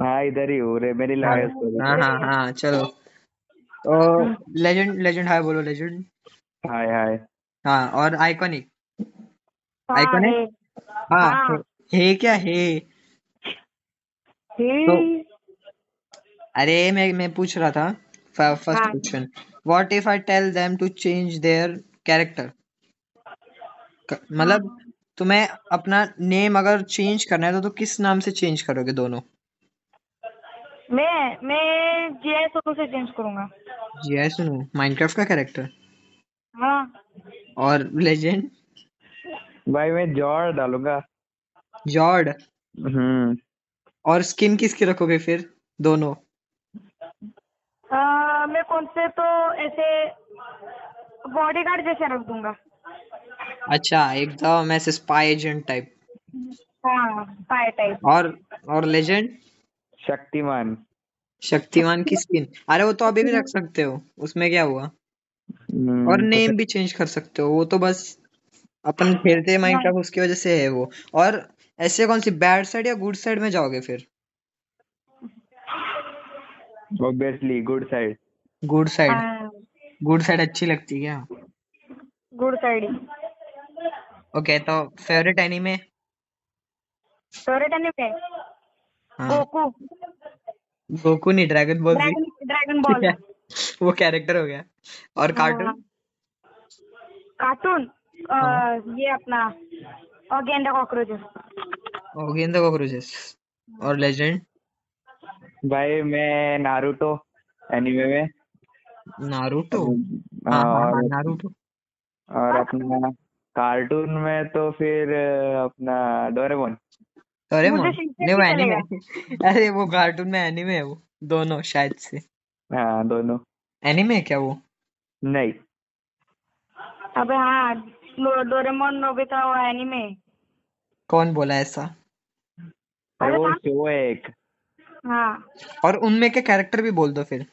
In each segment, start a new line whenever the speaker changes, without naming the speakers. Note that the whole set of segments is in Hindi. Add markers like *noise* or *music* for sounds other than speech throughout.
हाँ इधर ही हूँ रे मेरी
हाँ
लगाया उसको भी
हाँ हाँ हाँ चलो तो लेजेंड लेजेंड हाय बोलो लेजेंड
हाय हाय
हाँ और आइकॉनिक
हाँ
आइकॉनिक
हे
हाँ
हाँ
हे, हे क्या हे तो
हे
अरे मैं मैं पूछ रहा था फर्स्ट
हाँ
question what if I tell them to change their character मतलब
हाँ
तुम्हें अपना नेम अगर चेंज करना है तो तुम किस नाम से चेंज करोगे दोनों
मैं मैं जे सोनू से चेंज करूंगा
जी आई सुनो माइनक्राफ्ट का कैरेक्टर
हाँ
और लेजेंड
भाई मैं जॉर्ड डालूंगा
जॉर्ड
हम्म
और स्किन किसकी रखोगे फिर दोनों
आ, मैं कौन से तो ऐसे बॉडीगार्ड जैसे रख दूंगा
अच्छा एकदम ऐसे स्पाई एजेंट टाइप
हाँ पाए टाइप
और और लेजेंड
शक्तिमान
शक्तिमान की स्किन अरे वो तो अभी भी रख सकते हो उसमें क्या हुआ और
हम्म पता
नेम भी चेंज कर सकते हो वो तो बस अपन खेलते हैं
हाँ
माइनक्राफ्ट उसकी वजह से है वो और ऐसे कौन सी बैड साइड या गुड साइड में जाओगे फिर
obviously good side
good side
हाँ
गुड साइड अच्छी लगती है क्या
गुड साइड
ओके तो फेवरेट एनीमे
फेवरेट एनिमे
हाँ
गोकू
गोकू नहीं ड्रैगन बॉल जी
ड्रैगन ड्रैगन बॉल
*laughs* वो कैरेक्टर हो गया और
हाँ
कार्टून
कार्टून
हाँ
आ, ये अपना और गेंडा cockroaches
Oggy the cockroaches Oh, और लेजेंड
भाई मैं नारुतो एनीमे में
नारुतो
और हाँ,
हाँ हाँ हाँ
और
नारुतो
और अपना कार्टून में तो फिर अ, अपना डोरेमोन
मुझे
डोरेमोन नहीं
शिनचैन
वो
भी
एनीमे
चलेगा
अरे वो कार्टून में एनीमे है वो दोनों शायद से
हाँ दोनों
एनीमे है क्या वो
नहीं
अबे हाँ डो- डोरेमोन नोबिता और एनिमे
कौन बोला ऐसा
भाई
अरे
वो
था
शो है एक
हाँ
और उनमें के कैरेक्टर भी बोल दो फिर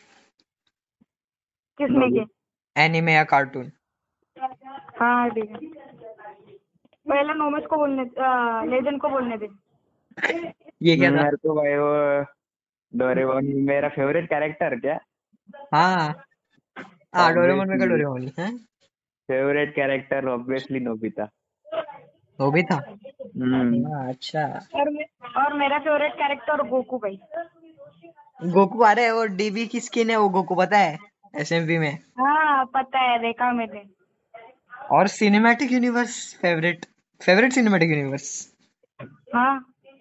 किसमें
नोबी
के
एनीमे या कार्टून
हाँ ठीक है पहले नोमस को बोलने आ, लेजेंड को बोलने दे
ये क्या था
मेरे को भाई वो डोरेमोन मेरा फेवरेट कैरेक्टर क्या
हाँ हाँ डोरेमोन में का
ऑब्वियसली
डोरेमोन है
फेवरेट कैरेक्टर ऑब्वियसली नोबिता
वो भी था अरे
हम्म
वाह अच्छा
और मे, और मेरा फेवरेट कैरेक्टर गोकू भाई
गोकू अरे वो डीबी की स्किन है वो गोकू पता है एसएमपी में
हाँ पता है देखा मैंने
और cinematic universe favourite favourite cinematic universe
हाँ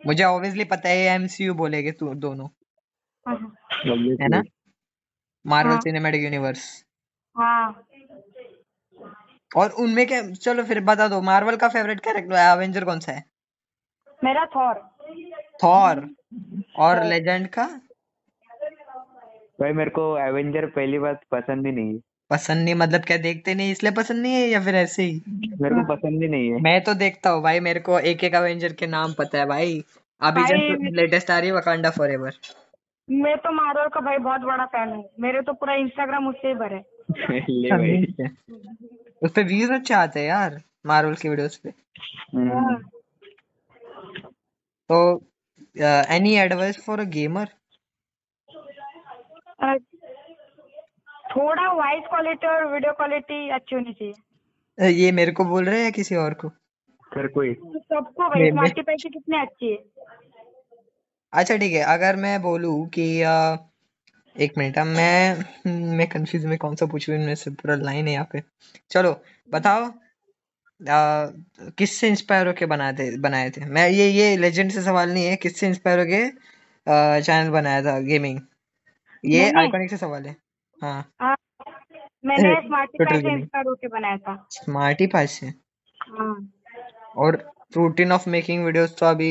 मुझे ऑब्वियसली पता है एमसीयू बोलेगे तू तो दोनों
हाँ
है ना
ऑब्वियसली
मार्वल
हाँ
सिनेमैटिक यूनिवर्स
हाँ
और उनमें क्या चलो फिर बता दो मार्वल का फेवरेट कैरेक्टर एवेंजर कौन सा है
मेरा थॉर
थॉर और
थॉर
लेजेंड का
भाई मेरे को एवेंजर पहली बात पसंद ही नहीं है
पसंद नहीं मतलब क्या देखते नहीं इसलिए पसंद नहीं है या फिर ऐसे ही
मेरे को
हाँ।
पसंद ही नहीं है
मैं तो देखता हूँ भाई मेरे को एक एक अवेंजर के नाम पता है भाई अभी
भाई
जस्ट लेटेस्ट आ रही है वकांडा फॉरएवर
मैं तो मार्वल का भाई बहुत बड़ा फैन हूँ मेरे तो पूरा इंस्टाग्राम उससे ही भरा है
ले भाई
मीम्स है उस पे व्यूज अच्छे आते हैं यार मार्वल की वीडियोस पे
हम्म
हाँ।
तो uh, any advice for a gamer
uh, थोड़ा वॉइस क्वालिटी और वीडियो क्वालिटी अच्छी होनी चाहिए
Uh, ये मेरे को बोल रहे हैं या किसी और को
हर कोई
सबको भाई
मैं मैं
स्मार्ट की पैसे कितनी अच्छी है
अच्छा ठीक है अगर मैं बोलूँ कि अ, एक मिनट अब मैं हम्म, मैं कंफ्यूज में कौन सा पूछूं इनमें से पूरा लाइन है यहाँ पे चलो बताओ आ, किससे इंस्पायर होके बनाते बनाए थे मैं ये ये लेजेंड से सवाल नहीं है किससे इंस्पायर होके चैनल बनाया था गेमिंग ये
मैंने
आइकॉनिक से सवाल है हाँ
हाँ,
*laughs*
मैंने स्मार्टी
टोटल
से
गेमिंग
इंस्पायर होके बनाया था
स्मार्टी पास से
हाँ
और रूटीन ऑफ मेकिंग वीडियोस तो अभी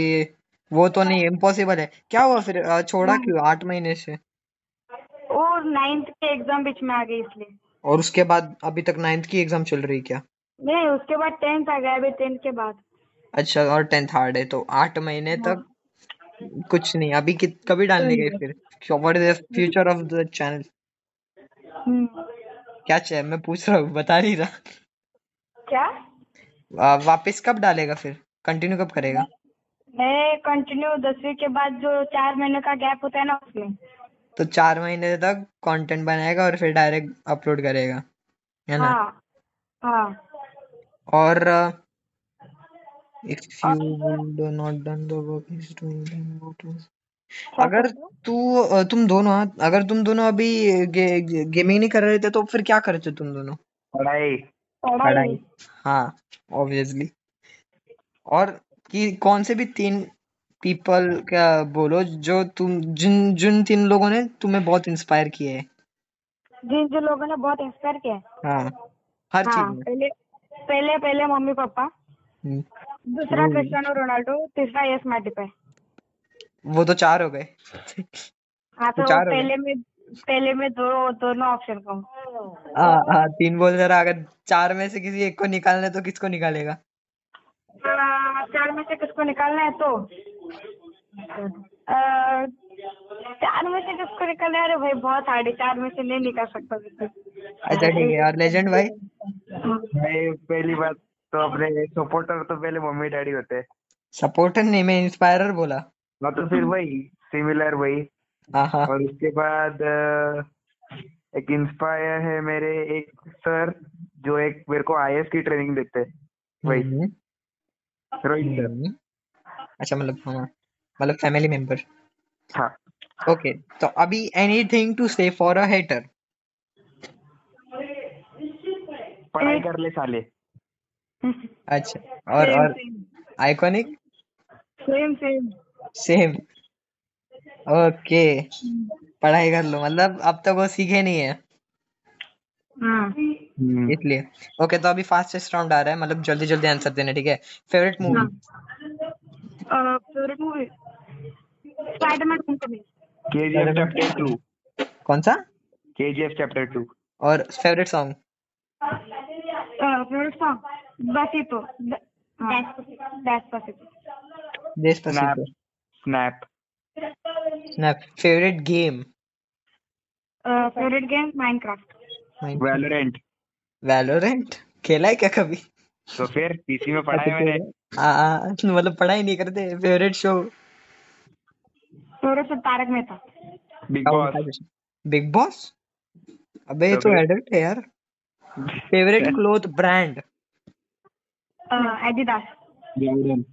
वो तो नहीं इम्पॉसिबल है क्या हुआ फिर अ, छोड़ा
हाँ।
क्यों आठ महीने से
वो नाइन्थ के एग्जाम बीच में आ गई इसलिए
और उसके बाद अभी तक नाइन्थ की एग्जाम चल रही है क्या
नहीं उसके बाद टेंथ आ गया अभी टेंथ के बाद
अच्छा और टेंथ हार्ड है तो आठ महीने
हाँ
तक कुछ नहीं अभी कित कभी डालने गए फिर what is the future of the channel
hmm.
क्या चाहिए मैं पूछ रहा हूँ बता नहीं रहा
क्या
आ, वापस कब डालेगा फिर कंटिन्यू कब करेगा
मैं कंटिन्यू दसवीं के बाद जो चार महीने का गैप होता है ना उसमें
तो चार महीने तक कंटेंट बनाएगा और फिर डायरेक्ट अपलोड करेगा है ना
हाँ हाँ
और uh, if you would not done the work is doing then what is
क्या
अगर
करते हो?
तू अ, तुम दोनों हाँ, अगर तुम दोनों अभी गे, गे, गेमिंग नहीं कर रहे थे तो फिर क्या करते तुम दोनों
पढ़ाई
पढ़ाई
हाँ ऑब्वियसली और कि कौन से भी तीन पीपल क्या बोलो जो तुम जिन जिन तीन लोगों ने तुम्हें बहुत इंस्पायर किए है
जिन जिन लोगों ने बहुत इंस्पायर किया है।
हाँ हर चीज
हाँ
में
पहले पहले पहले मम्मी पापा
हम्म,
दूसरा
वो
क्रिस्टियानो रोनाल्डो तीसरा यस पे
वो तो चार हो गए
हाँ
वो
तो
चार हो गए
पहले में पहले में दो दोनों ऑप्शन का हूँ
हाँ हाँ तीन बोल जरा अगर चार में से किसी एक को निकालना है तो किसको निकालेगा
आ, चार में हाँ, से किसको निकालना है तो आ, चार में से किसको निकालना है अरे भाई बहुत हार्ड है चार में से नहीं निकाल सकता
अच्छा ठीक है और लेजेंड भाई
भाई पहली बात तो अपने सपोर्टर तो पहले मम्मी डैडी होते हैं
सपोर्टर नहीं मैं इंस्पायरर बोला
ना तो फिर वही सिमिलर वही
हाँ हाँ
और उसके बाद अ, एक इंस्पायर है मेरे एक सर जो एक मेरे को आईएएस की ट्रेनिंग देते हैं वही
हम्म
रोहित सर
हम्म। अच्छा मतलब हाँ मतलब फैमिली मेंबर
हाँ
ओके तो अभी anything to say for a hater
पढ़ाई कर ले साले
अच्छा और
सेम
और
same
iconic
same same
same okay पढ़ाई कर लो मतलब अब तक वो सीखे नहीं है
हाँ
हम्म
इसलिए ओके तो अभी फास्टेस्ट राउंड आ रहा है मतलब जल्दी जल्दी आंसर देना ठीक है फेवरेट
हाँ
movie
favourite movie Spider Man company
KGF chapter two
कौन सा
केजीएफ चैप्टर टू
और favourite song
favourite song Despacito हाँ। Despacito
snap
Despacito
snap
snap favourite game
favourite game Minecraft
Minecraft
Valorant
Valorant खेला है क्या कभी
तो फिर पीसी
*laughs*
में पढ़ा
अच्छा
है मैंने
खेला हाँ हाँ, *laughs* मतलब पढ़ाई नहीं करते favourite show
favourite Tarak Mehta
big
क्या
बॉस
बोलता है बिग बॉस अबे ये
तो
तो
फिर
एडल्ट है यार favourite cloth brand
Adidas
Jordan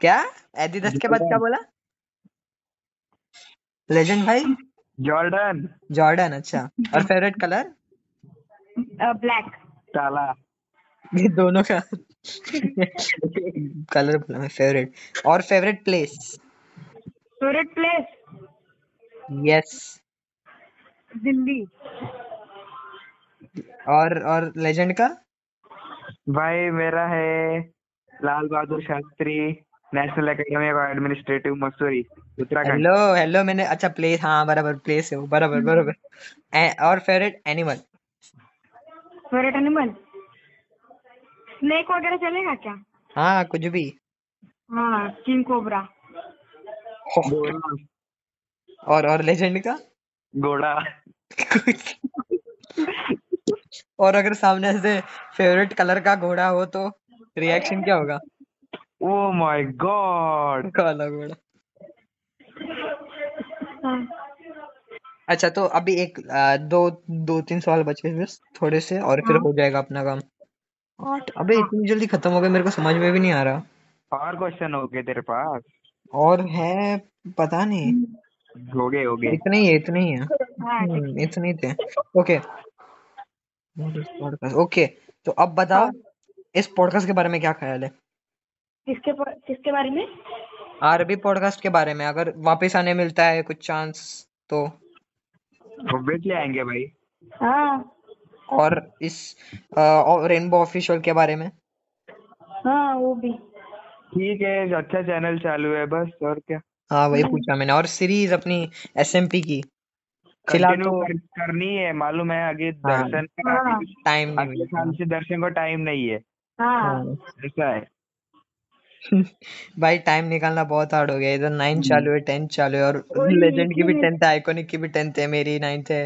क्या एडिडास के बाद
जॉर्डन
क्या बोला लेजेंड भाई
जॉर्डन
जॉर्डन अच्छा और फेवरेट *laughs* कलर
ब्लैक
काला
ये दोनों *laughs* का कलर बोला मैं फेवरेट और favourite place
favourite place
yes
Delhi
और और लेजेंड का
भाई मेरा है Lal Bahadur Shastri national academy of administrative Mussoorie Uttarakhand
hello hello मैंने अच्छा प्लेस हाँ बराबर प्लेस है वो बराबर बराबर ए, और favourite animal
favourite animal snake वगैरह चलेगा क्या
हाँ कुछ भी
हाँ किंग कोबरा
घोड़ा
और और लेजेंड का
घोड़ा
कुछ और अगर सामने से फेवरेट कलर का घोड़ा हो तो रिएक्शन क्या होगा
ओ माय गॉड
काला घोड़ा
हाँ।
अच्छा तो अभी एक आ, दो दो तीन सवाल बचे हैं बस थोड़े से और फिर
हाँ
हो जाएगा अपना काम आठ अबे
हाँ
इतनी जल्दी खत्म हो गया मेरे को समझ में भी नहीं आ रहा
और क्वेश्चन हो गए तेरे पास
और है पता नहीं
हो गए हो गए
इतने ही है इतने ही है
हम्म। हाँ ठीक
हम्म इतने ही थे ओके पॉडकास्ट ओके तो अब
हाँ
बताओ इस पॉडकास्ट के बारे में क्या ख्याल है
किसके पर- किसके बारे में
आरबी पॉडकास्ट के बारे में अगर वापस आने मिलता है कुछ चांस तो
ऑब्वियसली आएंगे भाई
हाँ
और इस अ, और रेनबो ऑफिशियल के बारे में
हाँ वो भी
ठीक है अच्छा चैनल चालू है बस और क्या
हाँ वही
हम्म,
पूछा मैंने और सीरीज अपनी एसएमपी की फिलहाल
कंटिन्यू
तो
कर, करनी है मालूम है आगे
हाँ
दर्शन का
हाँ
अगले
टाइम नहीं
अगले
मिलता
साल से दर्शन को टाइम नहीं है
हाँ
हाँ
ऐसा है
भाई टाइम निकालना बहुत हार्ड हो गया इधर नाइन्थ
हम्म।
चालू है टेंथ चालू है और
वही
लेजेंड की भी
इसीलिए
टेंथ है आइकॉनिक की भी टेंथ है मेरी नाइन्थ है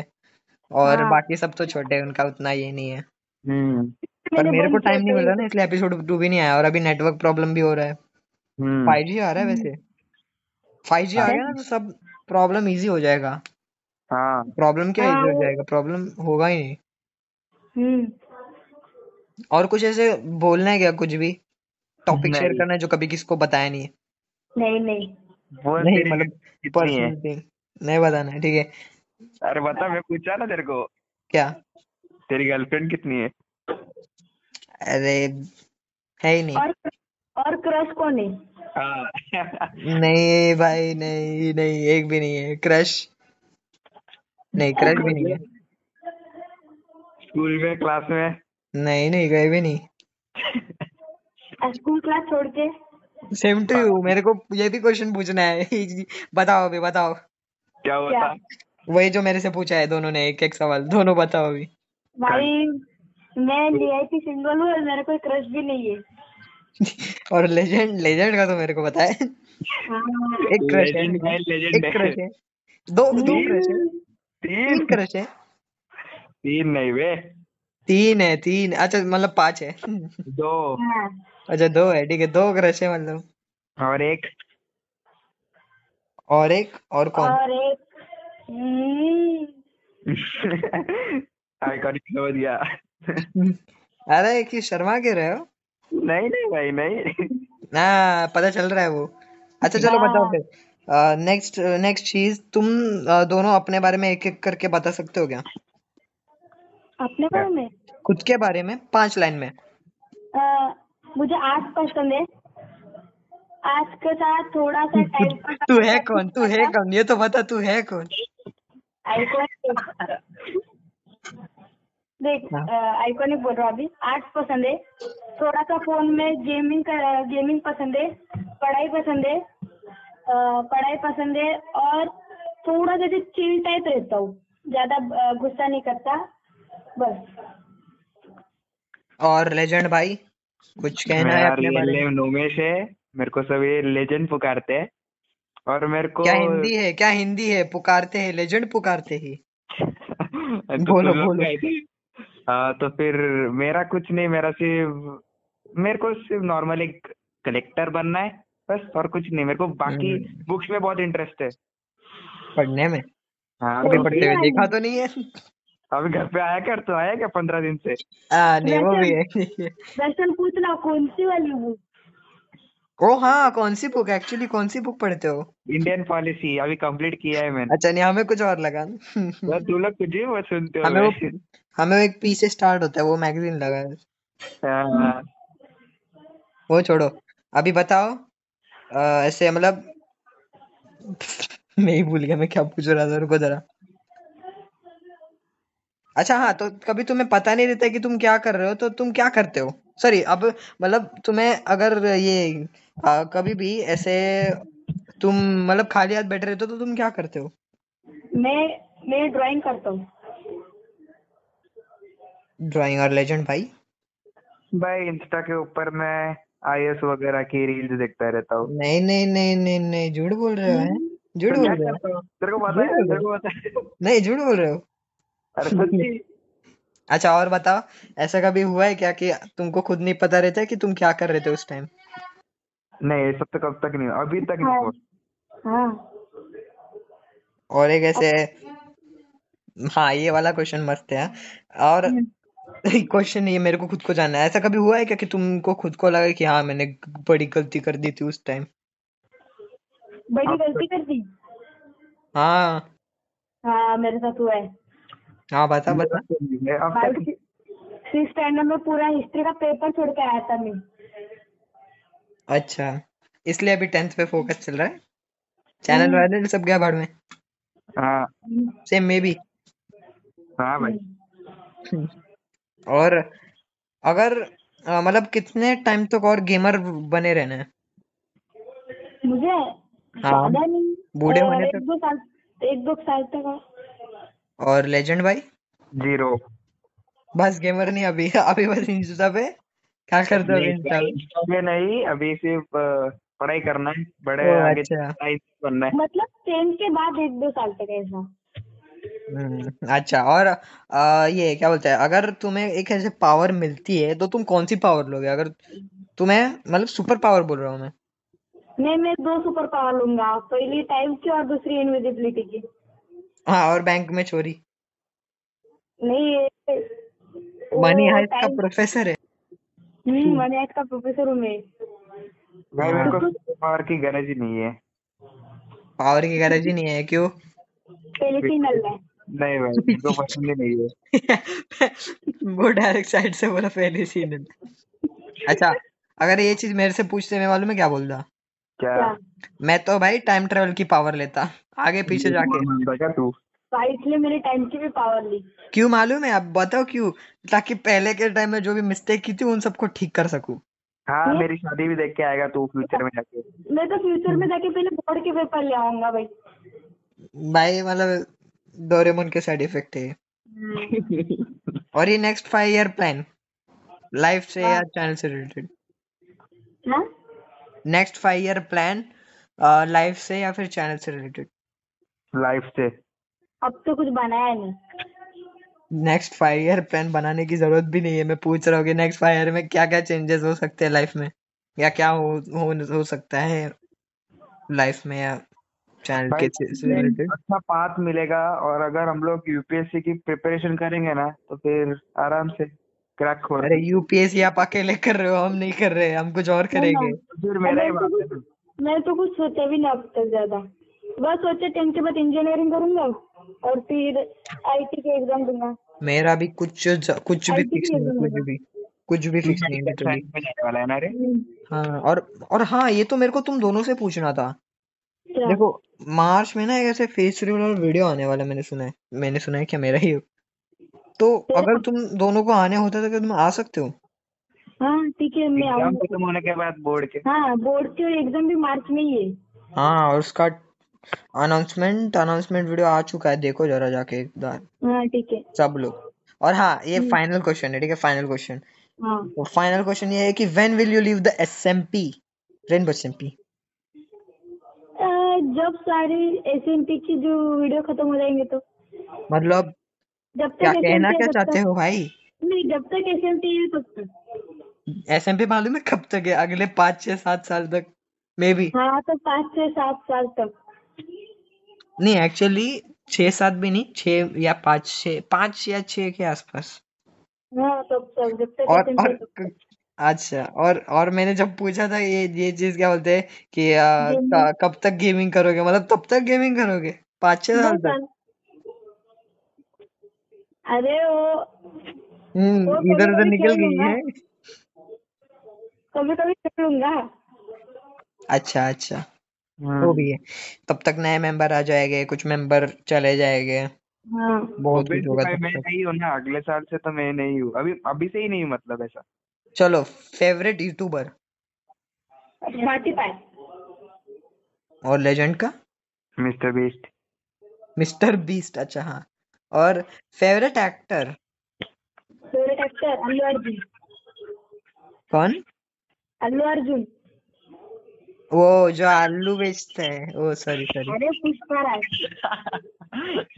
और
हाँ
बाकी सब तो छोटे हैं उनका उतना ये नहीं है
हम्म
पर
मैंने
मेरे को
बंद किया
टाइम नहीं
था
मिल
ये
रहा ना इसलिए एपिसोड टू भी नहीं आया और अभी नेटवर्क प्रॉब्लम भी हो रहा है
हम्म
फाइव जी आ रहा है वैसे फाइव जी आ
हाँ।
गया ना तो सब प्रॉब्लम इजी हो जाएगा
हाँ
प्रॉब्लम क्या
हाँ,
इजी हो
वो-
जाएगा प्रॉब्लम होगा ही नहीं
हम्म
और कुछ ऐसे बोलना है क्या कुछ भी टॉपिक शेयर
नहीं।
करना है जो कभी किसको बताया नहीं है
नहीं नहीं
वो
नहीं
तेरी
मतलब
कितनी है
पर्सनल थिंग नहीं बताना है ठीक है
अरे बता मैं पूछा ना तेरे को
क्या
तेरी गर्लफ्रेंड कितनी है
अरे है ही नहीं
और और क्रश कौन है
हाँ
नहीं भाई नहीं नहीं एक भी नहीं है क्रश नहीं क्रश भी नहीं है
स्कूल में क्लास में
नहीं नहीं गए भी नहीं
स्कूल क्लास छोड़ के
सेम टू यू
हाँ।
मेरे को ये भी क्वेश्चन पूछना है *laughs* बताओ अभी बताओ
क्या हुआ
क्या
था
वही जो मेरे से पूछा है दोनों ने एक एक सवाल दोनों बताओ अभी
भाई मैं
हाँ।
वीआईपी सिंगल हूँ और मेरा कोई क्रश भी नहीं है
और लेजेंड लेजेंड का तो मेरे को पता है
हाँ
एक क्रश है
लेजेंड है लेजेंड
एक
है
क्रश है दो दो क्रश है
तीन
तीन
तीन
क्रश है
तीन नहीं बे
तीन है तीन अच्छा मतलब पांच है
दो
हाँ
अच्छा दो है ठीक है दो क्रश है मतलब
और एक
और एक और कौन
और एक हम्म,
आइकॉनिक हाँ, हो दिया
अरे कि शर्मा क्यों रहे हो
नहीं नहीं भाई नहीं
ना पता चल रहा है वो अच्छा चलो बताओ
हाँ।
फिर नेक्स्ट नेक्स्ट चीज तुम अ, दोनों अपने बारे में एक एक करके बता सकते हो क्या
अपने बारे में
खुद के बारे में पांच लाइन में
अ, मुझे आर्ट पसंद है आर्ट के साथ थोड़ा सा
*laughs*
टाइम पास
तू है कौन तू है कौन ये तो बता तू है कौन
आइकॉनिक देख
हाँ।
आइकॉनिक बोल रहा हूँ अभी आर्ट्स पसंद है थोड़ा सा फोन में गेमिंग गेमिंग पसंद है पढ़ाई पसंद है अ, पढ़ाई पसंद है और थोड़ा जैसे चिल टाइप रहता हूँ ज्यादा अ, गुस्सा नहीं करता बस
और लेजेंड भाई कुछ कहना है
मेरा
अपने
रियल
बारे में
नेम नोमेश है मेरे को सब ये लेजेंड पुकारते हैं और मेरे को
क्या हिंदी है क्या हिंदी है पुकारते हैं लेजेंड पुकारते ही
*laughs* तो
बोलो,
तुम लोग
बोलो।
गए थे हाँ तो फिर मेरा कुछ नहीं मेरा सिर्फ मेरे को सिर्फ नॉर्मल एक कलेक्टर बनना है बस और कुछ नहीं मेरे को बाकी
हम्म,
बुक्स में बहुत इंटरेस्ट है
पढ़ने में
हाँ
कभी
तो
पढ़ते
फिर
हुए
हाँ।
देखा तो नहीं है
अभी घर पे आया कर तो आया क्या पंद्रह दिन से
आ, नहीं वो भी
वैसे
है
वैसे पूछना कौन सी वाली बुक
ओ हाँ कौन सी बुक एक्चुअली कौन सी बुक पढ़ते हो
इंडियन पॉलिसी अभी कंप्लीट किया है मैंने
अच्छा नहीं हमें कुछ और लगा
बस तुम लोग कुछ ही मत सुनते हो
अच्छा। हमें वो
बस।
हमें वो एक पी से स्टार्ट होता है वो मैगजीन लगा है
हाँ,
वो छोड़ो अभी बताओ अ, ऐसे मतलब *laughs* मैं ही भूल गया मैं क्या पूछ रहा था रुको जरा अच्छा हाँ तो कभी तुम्हें पता नहीं रहता कि तुम क्या कर रहे हो तो तुम क्या करते हो सॉरी अब मतलब तुम्हें अगर ये अ, कभी भी ऐसे तुम मतलब खाली हाथ बैठे रहते हो तो तुम क्या करते हो
मैं मैं ड्राइंग करता हूँ
ड्राइंग और लेजेंड भाई
भाई इंस्टा के ऊपर मैं आईएएस वगैरह की रील्स देखता रहता हूँ
नहीं नहीं नहीं नहीं नहीं झूठ बोल रहे हो हैं झूठ
तो
बोल
क्या
रहे हो
करता हूँ तेरे को पता
झूठ
है
बोल
तेरे को पता है
रहे हो नहीं झूठ बोल रहे हो
अरे सच्ची
अच्छा और बताओ ऐसा कभी हुआ है क्या कि तुमको खुद नहीं पता रहता है कि तुम क्या कर रहे थे उस टाइम
नहीं ये सब तो कब तक नहीं हुआ, अभी तक नहीं
हाँ
हुआ
हाँ
और एक ऐसे हाँ ये वाला क्वेश्चन मस्त है हाँ। और
हम्म।
*laughs* क्वेश्चन ये मेरे को खुद को जानना है ऐसा कभी हुआ है क्या कि तुमको खुद को लगा कि हाँ मैंने बड़ी गलती कर दी थी उस टाइम
बड़ी
अब
गलती कर दी
हाँ
हाँ मेरे साथ हुआ है
हाँ बता
तक मेरा
बता
तो नहीं है, अब तक
भाई सिक्स स्टैंडर्ड में पूरा हिस्ट्री का पेपर छोड़ कर आया था मैं
अच्छा इसलिए अभी टेंथ पे फोकस चल रहा है चैनल वायरल सब गया भाड़ में
हाँ
हम्म,
सेम मे भी
हाँ भाई
हम्म।
और अगर अ, मतलब कितने टाइम तक और गेमर बने रहना है
मुझे
हाँ
ज्यादा नहीं
बूढ़े
अ,
होने
एक
तक
दो साल एक दो साल तक और।
और लेजेंड भाई
जीरो
तो बस गेमर नहीं अभी अभी बस इंस्टा पे क्या करते हो अभी
नहीं
इंस्टा पे
इंस्टा पे नहीं अभी सिर्फ अ, पढ़ाई करना है बड़े
ओ
आगे
अच्छा
आईएएस बनना है
मतलब टेंथ के बाद एक दो साल तक ऐसा
हम्म अच्छा और आ, ये क्या बोलते हैं अगर तुम्हें एक ऐसे पावर मिलती है तो तुम कौन सी पावर लोगे अगर तुम्हें मतलब सुपर पावर बोल रहा हूँ मैं
मैं मैं दो सुपर पावर लूंगा पहली टाइम की और दूसरी इनविजिबिलिटी की
हाँ और बैंक में चोरी
नहीं ये
मनी
वो
हाइट का
time-
प्रोफेसर है
हम्म, मनी हाइट का प्रोफेसर हूँ मैं
भाई मेरे
हाँ।
को सुपर की गरज ही नहीं है
पावर की गरज ही नहीं है क्यों *laughs*
पहले से ही नल है
नहीं भाई मेरे को पसंद ही नहीं है
वो डायरेक्ट साइड से बोला पहले सीन में अच्छा अगर ये चीज मेरे से पूछते मैं मालूम है क्या बोलता
क्या
क्या
मैं तो भाई टाइम ट्रेवल की पावर लेता आगे पीछे जाके
मानता क्या तू
भाई तो इसलिए मैंने टाइम की भी पावर ली
क्यों मालूम है आप बताओ क्यों ताकि पहले के टाइम में जो भी मिस्टेक की थी उन सबको ठीक कर सकूं
हाँ
ये-
मेरी शादी भी देख के आएगा तू फ्यूचर में जाके
मैं तो फ्यूचर
हम्म।
में जाके पहले बोर्ड के पेपर ले आऊंगा भाई
भाई मतलब डोरेमोन के साइड इफेक्ट है ये। और ये next five year plan life से या चैनल से रिलेटेड
हाँ
next five year plan life uh, से या फिर चैनल से रिलेटेड
लाइफ से
अब तो कुछ बनाया नहीं
नेक्स्ट फाइव ईयर प्लान बनाने की जरूरत भी नहीं है मैं पूछ रहा हूँ कि नेक्स्ट फाइव ईयर में क्या क्या चेंजेस हो सकते हैं लाइफ में या क्या हो हो, हो सकता है लाइफ में या चैनल
भाई
के से रिलेटेड
अच्छा पाथ मिलेगा और अगर हम लोग यूपीएससी की प्रिपरेशन करेंगे ना तो फिर आराम से क्रैक हो
अरे यूपीएससी आप अकेले कर रहे हो हम नहीं कर रहे हम कुछ और
नहीं,
करेंगे
नहीं।
फिर मेरा ही
मैंने
बात
तो
है ना।
मैंने तो कुछ सोचा भी नहीं अब तक ज्यादा बस सोचा टेंथ के बाद इंजीनियरिंग करूंगा और फिर आईटी के एग्जाम दूंगा
मेरा भी कुछ ज- कुछ भी
आईटी
फिक्स
के
नहीं है
एग्जाम
कुछ
दूंगा
भी कुछ भी
तू
फिक्स नहीं है
मेडिकल
लिटरली
साइंस में जाने वाला है ना रे
हम्म,
हाँ और और हाँ ये तो मेरे को तुम दोनों से पूछना था
क्या
देखो मार्च में ना एक ऐसे फेस रिवील वीडियो आने वाला है, मैंने सुना है मैंने सुना है क्या मेरा ही हो। तो अगर तुम दोनों को आने होता तो क्या तुम आ सकते हो
हाँ ठीक है मैं
एग्जाम
आऊंगा
खत्म होने के बाद बोर्ड
तो-
के
हाँ बोर्ड के एग्जाम भी मार्च में ही है
हाँ और उसका अनाउंसमेंट अनाउंसमेंट वीडियो आ चुका है देखो जरा जाके एक बार
हाँ ठीक है
सब लोग और हाँ ये
हम्म,
फाइनल क्वेश्चन है ठीक है फाइनल क्वेश्चन
हाँ
तो फाइनल क्वेश्चन ये है कि when will you leave the SMP rainbow SMP
uh, जब सारी एस एम पी की जो वीडियो खत्म हो जाएंगे तो
मतलब
जब
क्या
तक एस एम
कहना
पी
क्या
है तब
चाहते
तक
हो भाई
नहीं जब तक एस एम पी है तब तक
एसएमपी मालूम है कब तक है अगले पाँच छह सात साल तक मे बी
हाँ तो पाँच से सात साल तक
नहीं एक्चुअली छह सात भी नहीं छह या पाँच छह पाँच या छह के आसपास
हाँ तब तक जब तक
और
एस एम पी
और
है तब तक
अच्छा और और मैंने जब पूछा था ये ये चीज क्या बोलते हैं कि आ,
गेमिंग
क- कब तक गेमिंग करोगे मतलब तब तक गेमिंग करोगे पाँच छह
दो
साल तक
साल अरे हो, वो वो
हम्म
कभी
इधर उधर
कभी
निकल
खेल
गई
लूंगा
है
कभी कभी खेल लूंगा
अच्छा अच्छा वो भी
हम्म
है तब तक नए मेंबर आ जाएंगे कुछ मेंबर चले जाएंगे
हाँ
बहुत कुछ
ऑब्वियसली
होगा
भाई
तब
मैं
तक
नहीं हूँ ना अगले साल से तो मैं नहीं हूँ अभी अभी से ही नहीं हूँ मतलब ऐसा
चलो फेवरेट यूट्यूबर
स्मार्टी पाए
और लेजेंड का
मिस्टर बीस्ट
मिस्टर बीस्ट अच्छा हाँ और favourite actor
favourite actor Allu Arjun
कौन
अल्लू अर्जुन
वो जो आलू बेचते हैं ओ सॉरी सॉरी
अरे पुष्पा राज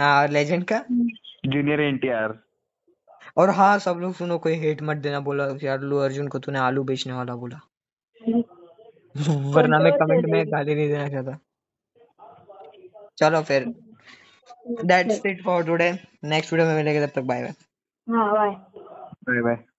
हाँ और लेजेंड का
जूनियर एनटीआर
और हाँ सब लोग सुनो कोई हेट मत देना बोला कि अल्लू अर्जुन को तूने आलू बेचने वाला बोला वरना मैं
कंट्रोवर्सी हो
कमेंट में
जाएगी
गाली नहीं देना चाहता चलो फिर that's it for today next video में मिलेंगे तब तक बाय बाय
हाँ बाय
बाय बाय